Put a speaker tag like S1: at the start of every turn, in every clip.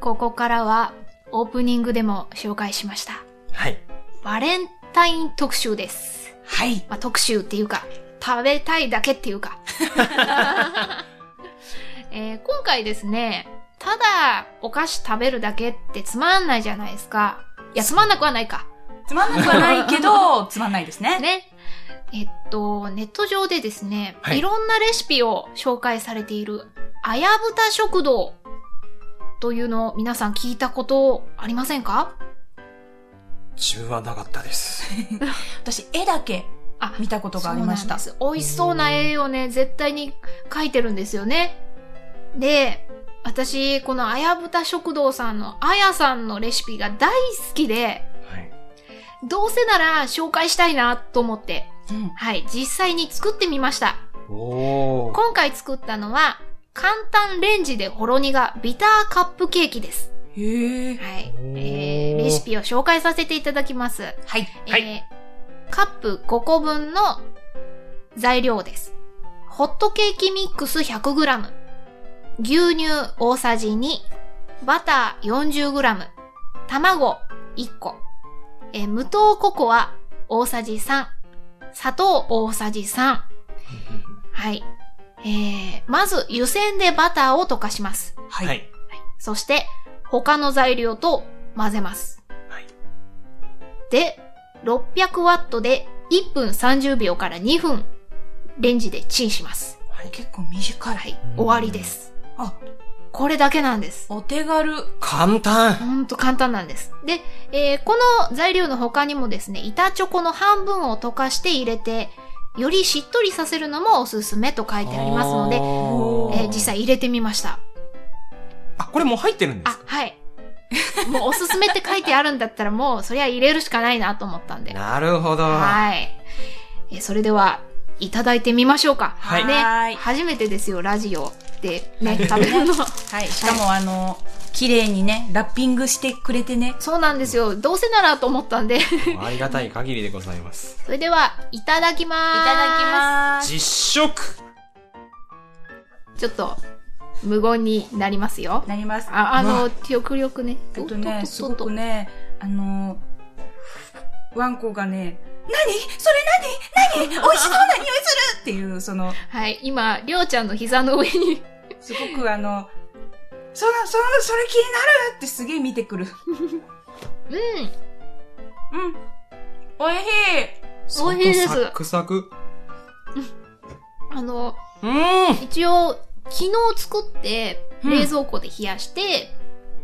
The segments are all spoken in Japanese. S1: ここからはオープニングでも紹介しました。
S2: はい。
S1: バレンタイン特集です。
S2: はい。
S1: まあ、特集っていうか、食べたいだけっていう か。えー今回ですね、ただお菓子食べるだけってつまんないじゃないですか。いや、つまんなくはないか。
S3: つまんなくはないけど、 つまんないですね。
S1: ね。えっと、ネット上でですね、、
S2: はいい
S1: ろんなレシピを紹介されている、あやぶた食堂というのを皆さん聞いたことありませんか
S2: 自分はなかったです。
S3: 私、絵だけ
S1: あ
S3: 見たことがありました。
S1: そうなんです美味しそうな絵をね、絶対に描いてるんですよね。で、私、このあやぶた食堂さんのあやさんのレシピが大好きで、
S2: はい。
S1: どうせなら紹介したいなと思って、
S3: うん
S1: はい、実際に作ってみました。
S2: おー。
S1: 今回作ったのは、簡単レンジでほろ苦ビターカップケーキです。
S3: へえ。
S1: はい。
S2: おー
S1: えー、レシピを紹介させていただきます。
S3: はい。
S2: はい
S1: えー、カップ5個分の材料です。ホットケーキミックス 100g、牛乳大さじ2、バター 40g、卵1個、えー無糖ココア大さじ3、砂糖大さじ3、はい。えー、まず湯煎でバターを溶かします。
S3: は。
S2: はいい。
S1: そして、他の材料と混ぜます。
S2: はい
S1: で、600ワットで1分30秒から2分、レンジでチンします。
S2: はい。
S3: 結構短い。
S1: はい、終わりです。
S3: あ、
S1: これだけなんです。
S3: お手軽。
S2: 簡単。
S1: ほんと簡単なんです。で、えーこの材料の他にもですね、板チョコの半分を溶かして入れて、よりしっとりさせるのもおすすめと書いてありますので、
S2: おー
S1: えー実。際入れてみました。
S2: あ、これもう入ってるんです
S1: あ
S2: か、
S1: はい。 もうおすすめって書いてあるんだったらもうそりゃ入れるしかないなと思ったんで。
S2: なるほど。
S1: はい。えそれでは、いただいてみましょうか。
S2: はい
S3: は
S1: ね
S3: い。
S1: 初めてですよ、ラジオでね、食べるの。
S3: はい。しかも、あの、綺麗にね、ラッピングしてくれてね。
S1: そうなんですよ。どうせならと思ったんで。
S2: ありがたい限りでございます。
S1: それでは、いただきま
S3: い
S1: ーす。
S3: ただきます。
S2: 実食
S1: す。ちょっと、無言になりますよ。
S3: なります。
S1: あ、あ
S2: う
S1: の、極力ね。
S3: えっと
S1: おっ
S3: ね、すごくね、あの、ワンコがね、何そ れ何何美味しそうな匂いするっていう、その、
S1: はい、今、りょうちゃんの膝の上に
S3: すごくあの、その、その、それ気になるってすげえ見てくる。
S1: うん。
S3: うん。おいしい
S1: 美味しいです
S2: 外サクサク。
S1: あの、
S2: うん。は
S1: 一応、昨日作って、冷蔵庫で冷やして、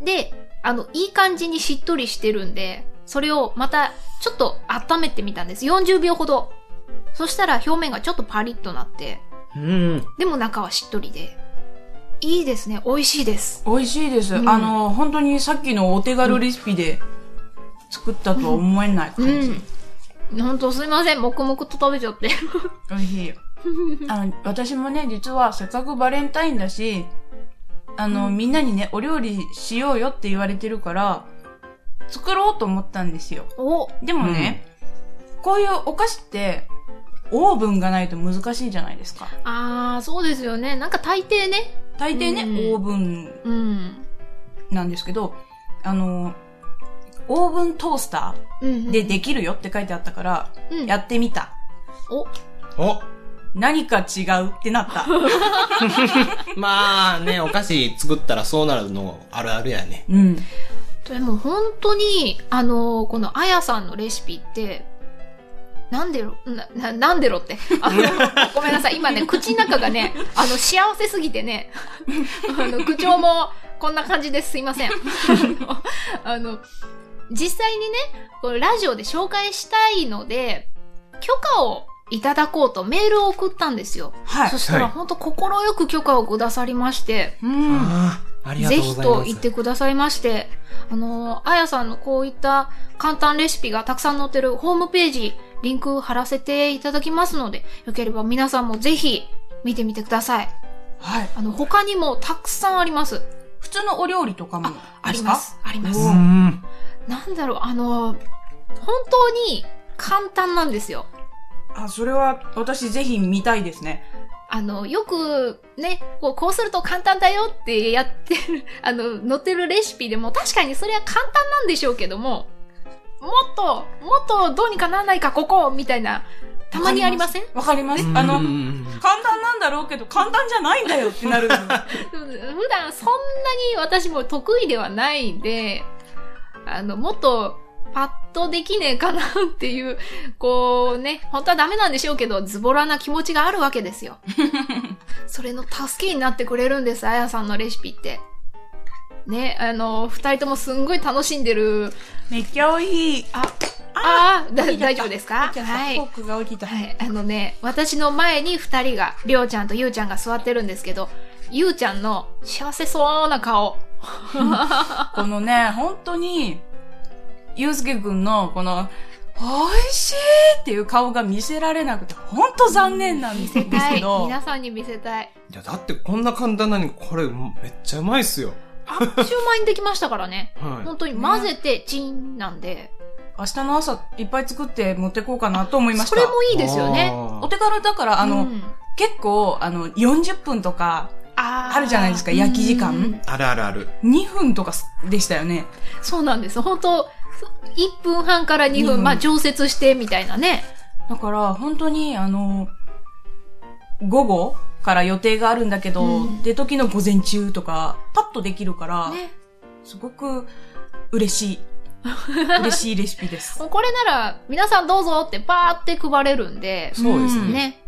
S1: で、あの、いい感じにしっとりしてるんで、それをまた、ちょっと温めてみたんです。40秒ほど。そしたら表面がちょっとパリッとなって、
S2: うん。
S1: でも中はしっとりで。いいですね。美味しいです。
S3: 美味しいです。
S1: うん
S3: あの、本当にさっきのお手軽レシピで作ったとは思えない感
S1: う
S3: じ。
S1: ん。ほんとすいません。黙々と食べちゃ って。
S3: 美味しい。あの、私もね、実はせっかくバレンタインだし、あの、
S1: うん
S3: みんなにね、お料理しようよって言われてるから、作ろうと思ったんですよ。
S1: お
S3: でもね、こういうお菓子って、オーブンがないと難しいじゃないですか。
S1: あー、そうですよね。なんか大抵ね。
S3: 大抵ね、
S1: うん
S3: オーブン
S1: うん。
S3: なんですけど、あの、オーブントースタ
S1: うんう
S3: ー
S1: ん。
S3: でできるよって書いてあったから、
S1: うん、
S3: やってみた。
S1: お、
S2: お
S3: 何か違うってなった。
S2: まあね、お菓子作ったらそうなるのあるあるやね。
S3: うん。
S1: でも本当に、あのこのあやさんのレシピって、なんでろ、な、ななんでろって。 あの、ごめんなさい。今ね、口の中がね、あの、幸せすぎてね、あの、口調もこんな感じです。すいません。あの、実際にね、このラジオで紹介したいので、許可をいただこうとメールを送ったんですよ。
S3: はい
S1: そ。した
S2: は
S1: ら
S2: い
S1: 本当心よく許可をくださりまして、
S3: うん。
S2: ああ、ありがと
S1: ぜ
S2: うご
S1: ひ
S2: ざいます。
S1: と言ってくださいまして、あの、あやさんのこういった簡単レシピがたくさん載ってるホームページ、リンク貼らせていただきますので、よければ皆さんもぜひ見てみてください。
S3: はい。
S1: あの、他にもたくさんあります。
S3: 普通のお料理とかも
S1: あ
S3: で
S1: り
S3: すか
S1: ます。あります。
S3: お
S2: うん。
S1: なんだろう、あの、本当に簡単なんですよ。
S3: あ、それは私ぜひ見たいですね。
S1: あの、よくね、こうこうすると簡単だよってやってる、 あの、載ってるレシピでも確かにそれは簡単なんでしょうけども、もっと、もっとどうにかならないか、ここみたいな、たまにありません
S3: わかります。あの、簡単なんだろうけど、簡単じゃないんだよってなるの。
S1: 普段そんなに私も得意ではないんで、あの、もっとパッとできねえかなっていう、こうね、本当はダメなんでしょうけど、ズボラな気持ちがあるわけです よ。それの助けになってくれるんです、あやさんのレシピって。ね、あの、二人ともすんごい楽しんでる。
S3: めっちゃ美味しい。
S1: あ、ああ、だ
S3: 起きちゃった
S1: 大丈夫ですか
S3: 起きちゃった
S1: はい
S3: フォ。ークが起きた。
S1: はい、あのね、私の前に二人が、りょうちゃんとゆうちゃんが座ってるんですけど、ゆうちゃんの幸せそうな顔。
S3: このね、本当に、ゆうすけくんのこの、美味しいっていう顔が見せられなくて、本当残念なんですけど。
S1: はい、皆さんに見せたい。
S2: いや、だってこんな簡単なのに、これめっちゃうまいっすよ。
S1: あっちゅう間にできましたからね。
S2: は
S1: 本当に混ぜてチンなんで。
S3: 明日の朝いっぱい作って持ってこうかなと思いまし
S1: そ
S3: た。
S1: れもいいですよ
S2: あ
S1: ね。
S2: ー
S3: お手軽だから、あの、
S1: うん
S3: 結構、あの、40分とか、
S1: あー
S3: あるじゃないですか焼き時間
S1: うん
S2: あるあるある。
S3: 2分とかでしたよね。
S1: そうなんです。本当1分半から2
S3: 二
S1: 分、
S3: 分
S1: まあ常設してみたいなね。
S3: だから、本当に、あの、午後から予定があるんだけど、
S1: うん
S3: 出時の午前中とか、パッとできるから、
S1: ね。
S3: すごく嬉しい。嬉しいレシピです。
S1: もうこれなら、皆さんどうぞってパーって配れるんで、
S2: そうです
S3: うん
S2: ね。
S1: ね。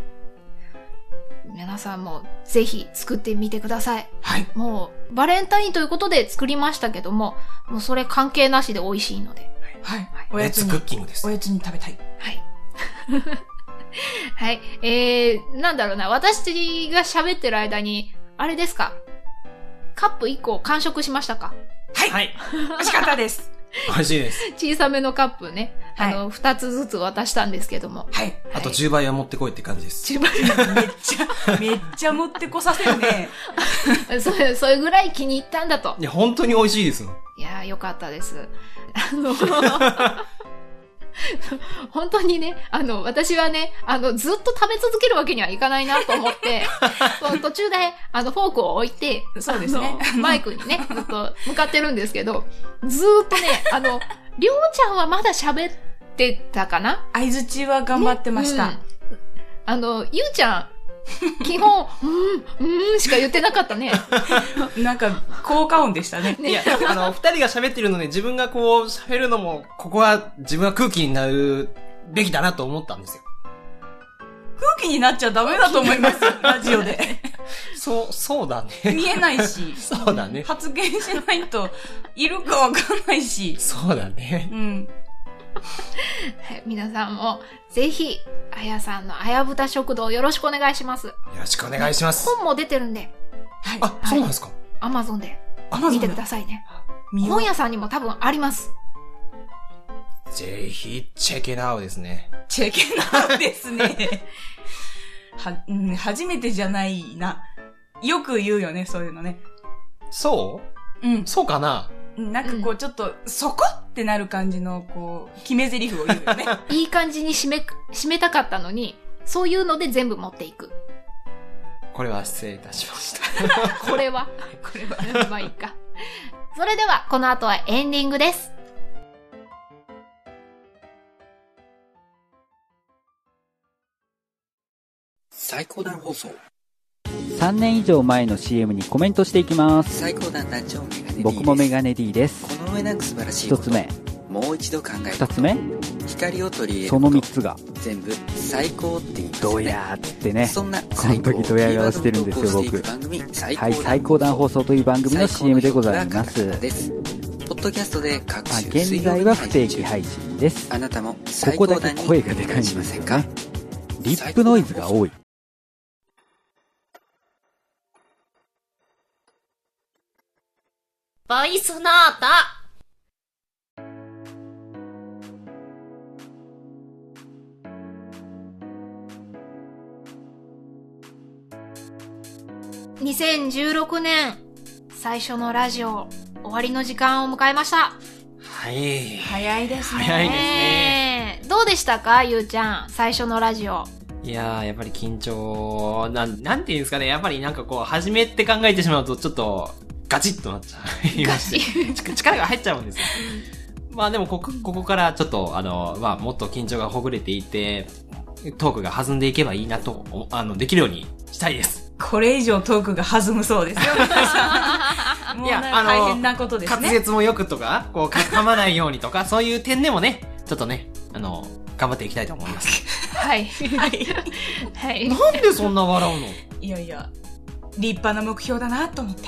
S1: 皆さんもぜひ作ってみてください。
S3: はい。
S1: もう、バレンタインということで作りましたけども、もうそれ関係なしで美味しいので。
S3: はい。お
S2: レ
S3: や
S2: ッ
S3: つ
S2: ツ
S3: に
S2: クッ、キングです
S3: お。やつに食べたい。
S1: はい。 はい。えー、なんだろうな。私たちが喋ってる間に、あれですかカップ1個完食しましたか
S2: はい。
S3: 美味しかったです。
S2: 美味しいです。
S1: 小さめのカップね。
S3: はい
S1: あの、2つずつ渡したんですけども。
S3: はい。
S2: あと10倍は持ってこいって感じです。
S1: 10倍
S3: めっちゃ、めっちゃ持ってこさせるね。
S1: それ、それぐらい気に入ったんだと。
S2: いや、本当に美味しいですよ。
S1: いやー、よかったです。あの、 本当にね、あの、私はね、あの、ずっと食べ続けるわけにはいかないなと思 って、こう途中で、あの、フォークを置いて、
S3: そうですね
S1: あのマイクに ね、ずっと向かってるんですけど、ずーっとね、あの、りょうちゃんはまだ喋ってたかな
S3: 相づちは頑張ってまし
S1: う
S3: た。
S1: んあの、ゆうちゃん、基本、うん、うん、しか言ってなかったね。
S3: なんか、効果音でしたね。
S1: ね
S2: いや、あの、二人が喋ってるので自分がこう喋るのも、ここは自分が空気になるべきだなと思ったんですよ。
S3: 空気になっちゃダメだと思い ますよ、ラジオで。
S2: そう、そうだね。
S3: 見えないし。
S2: そうだね。
S3: 発言しないと、いるかわかんないし。
S2: そうだね
S3: う。ん。
S1: はい、 皆さんもぜひ、あやさんのあやぶた食堂よろしくお願いします。
S2: よろしくお願いします。
S1: 本も出てるんで、
S3: はい。
S2: あ、そうなんですか。
S1: アマゾンで
S3: アマ
S1: 見てくださいね。
S3: 見よう
S1: 本屋さんにも多分あります。
S2: ぜひ、チェケラウですね。
S3: チェケナですね。は、うん、初めてじゃないな。よく言うよね、そういうのね。
S2: そう
S3: うん。
S2: そうかな
S3: なんかこう、ちょっと、そこってなる感じの、こう、決め台詞を言うよね。
S1: いい感じに締め、締めたかったのに、そういうので全部持っていく。
S2: これは失礼いたしました。
S1: これ はこれはまあいいか。それでは、この後はエンディングです。
S4: 最高段放送
S5: 3年以上前の CM にコメントしていきます
S4: 最高段団長メガネ D
S5: 僕もメ
S4: ネ
S5: ガネ D です
S4: この上なく素晴らしいこ
S5: 1
S4: と
S5: つ目
S4: もう一度考え
S5: 2つ目
S4: 光を取り入れる
S5: そ
S4: こ
S5: の
S4: と
S5: 3つが
S4: 全部最高って言いますよね
S5: ドヤーっつってね
S4: そんな
S5: この時ドヤ顔してるんですよ
S4: 最高をキ
S5: 僕
S4: ーワードに投稿していく番組最高
S5: はい最高段放送という番組の CM でございま
S4: 最高の評価が高かった
S5: す
S4: ですポッドキャストで各
S5: まあ
S4: 種
S5: 現在は不定期配信です
S4: あなたも
S5: こ
S4: 最
S5: こ
S4: 高
S5: だ
S4: 段
S5: け
S4: に
S5: 声がでかいんで
S4: しますせん
S5: よ
S4: か
S5: ねリップノイズが多い
S6: バイスナータ。
S1: 2016年、最初のラジオ、終わりの時間を迎えました。
S2: はい。
S3: 早いです ね。
S2: 早いですね
S1: ねえどうでしたかゆうちゃん、最初のラジオ。
S2: いやー、やっぱり緊張、なん、なんていうんですかね、やっぱりなんかこう、初めって考えてしまうと、ちょっと、ガチッとなっちゃいまして、ち力が入っちゃうんですよ。まあでもここ、ここからちょっと、あの、まあもっと緊張がほぐれていて、トークが弾んでいけばいいなと、おあの、できるようにしたいです。
S3: これ以上トークが弾むそうですよ、皆さん。も う
S2: いや
S3: なん
S2: あ
S3: か
S2: の
S3: 大変なことです
S2: 滑
S3: ね。
S2: 舌もよくとか、こう、か噛まないようにとか、そういう点でもね、ちょっとね、あの、頑張っていきたいと思います。
S1: はい。はい。 はい。
S2: なんでそんな笑うの
S3: いやいや、立派な目標だなと思って。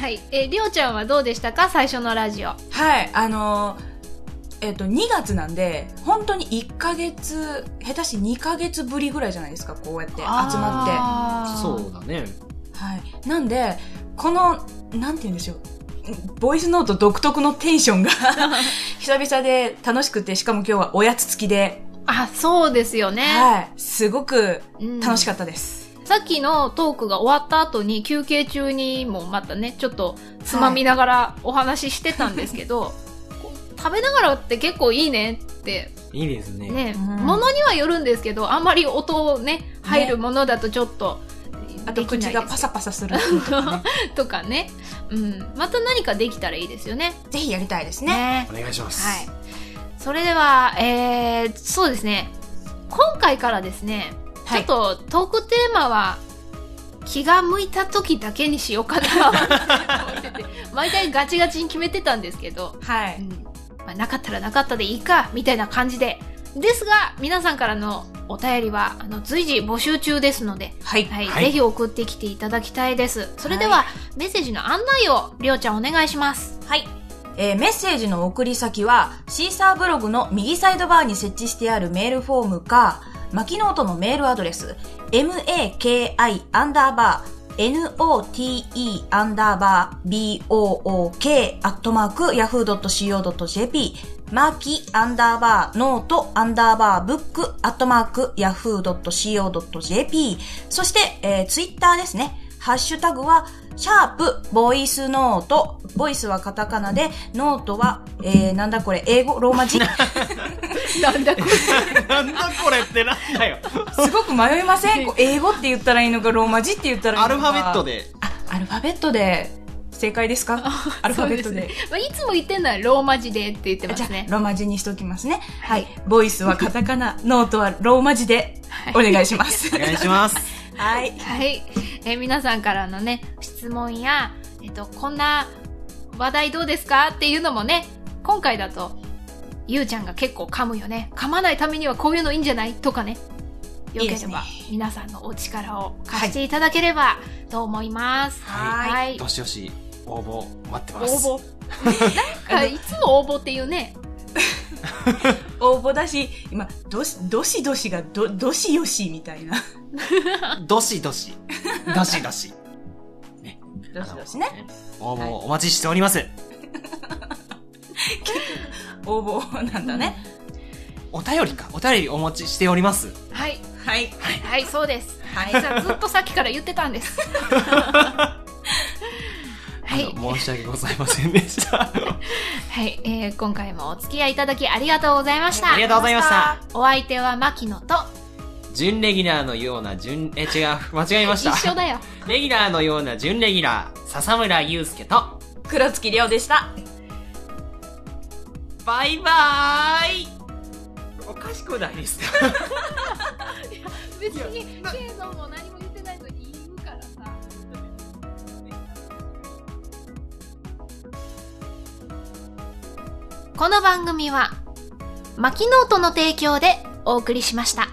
S1: はい。え、りょうちゃんはどうでしたか最初のラジオ。
S3: はい、あのえっと、2月なんで、本当に1ヶ月、下手し2ヶ月ぶりぐらいじゃないですか、こうやって集まって。
S1: ま
S2: そうだね。
S3: はい、なんでこのなんて言うんでしょうボイスノート独特のテンション が久々で楽しくてしかも今日はおやつ付きで、
S1: あ、そうですよね。
S3: はい、すごく楽し
S1: か
S3: かったです、
S1: った。さっきのトークが終わった後に休憩中にもまたね、ちょっとつまみながらお話ししてたんですけど、こう 食べながらって結構いいねって、
S2: いいですね。
S1: ね、
S3: うん
S1: 物にはよるんですけど、あんまり音をね、入るものだとちょっと、
S3: あと
S1: できない
S3: 口
S1: で
S3: が
S1: す
S3: パサパサするのと か、ね、
S1: とかね。うん。また何かできたらいいですよね。
S3: ぜひやりたいですね
S1: ね。
S2: お願いします。
S1: はい。それでは、えー、そうですね。今回からですね、
S3: はい
S1: ちょっとトークテーマは、気が向いた時だけにしようか なって思ってて毎回ガチガチに決めてたんですけど、
S3: は
S1: う
S3: い
S1: んまあ、なかったらなかったでいいか、みたいな感じで。ですが、皆さんからのお便りは、あの、随時募集中ですので、
S3: はい、
S1: はい、
S2: はい
S1: ぜひ送ってきていただきたいです。それでは、メッセージの案内を、りょうちゃんお願いします。はい。
S3: えーメッセージの送り先はシーサーブログの右サイドバーに設置してあるメールフォームかマキノートのメールアドレス maki アンダーバー note アンダーバー book アットマーク yahoo.co.jp マキアンダーバーノートアンダーバーブックアットマーク yahoo.co.jp そして、えー、ツイッターですね。ハッシュタグは、シャープ、ボイスノート。ボイスはカタカナで、ノートは、えー、なんだこれ、英語、ローマ字。す
S1: なんだこれ。
S2: なんだこれってなんだよ。
S3: ごく迷いませんこう英語って言ったらいいのか、ローマ字って言ったらいい
S2: ア
S3: のか。
S2: ルファベット。で。
S3: あ、アルファベットで、正解ですかアルファベッ
S1: そ
S3: ト
S1: う
S3: で。
S1: すねまあ、いつも言ってるのはローマ字でって言ってま
S3: じゃ
S1: すね
S3: あ、。ローマ字にしときますね。はい。ボイスはカタカナ、ノートはローマ字で、お願いします。
S2: お願いします。
S3: はい。
S1: はい。えー皆さんからのね、質問や、えっと、こんな話題どうですかっていうのもね、今回だと、ゆうちゃんが結構噛むよね。噛まないためにはこういうのいいんじゃないとかね。よ
S3: い
S1: け
S3: いで
S1: れ
S3: す
S1: ば
S3: ね、
S1: 皆さんのお力を貸していただければと思います。
S3: はい
S1: はい
S2: ど。しどし応募待ってます。
S1: 応募。 なんか、いつも応募っていうね。
S3: 応募だし、今、どし、どしどしが、ど、どしよしみたいな。
S2: どしどし。どしどし。
S3: どしどし ね。
S2: あの。応募お待ちしております。
S3: 応募なんだね。
S2: お便りか。お便りお待ちしております。
S1: はい。
S3: はい。
S1: はい、そうです。
S3: はい
S1: 実はずっとさっきから言ってたん です。は
S2: あ
S1: い。
S2: の申し訳ございませんで した。
S1: はい、えー今回もお付き合いいただきありがとうございました。
S2: ありがとうございました。
S1: お相手は牧野と、
S2: 準レギュラーのような準、え、違う。間違えまし
S1: 一
S2: た。
S1: 緒だ よ。
S2: レギュラーのような準レギュラー、笹村祐介と、
S3: 黒月亮でした。
S2: バイバーイおかしくないですか
S1: 別に、ケイゾンも何も言ってないと言うからさ。この番組は、牧ノートの提供でお送りしました。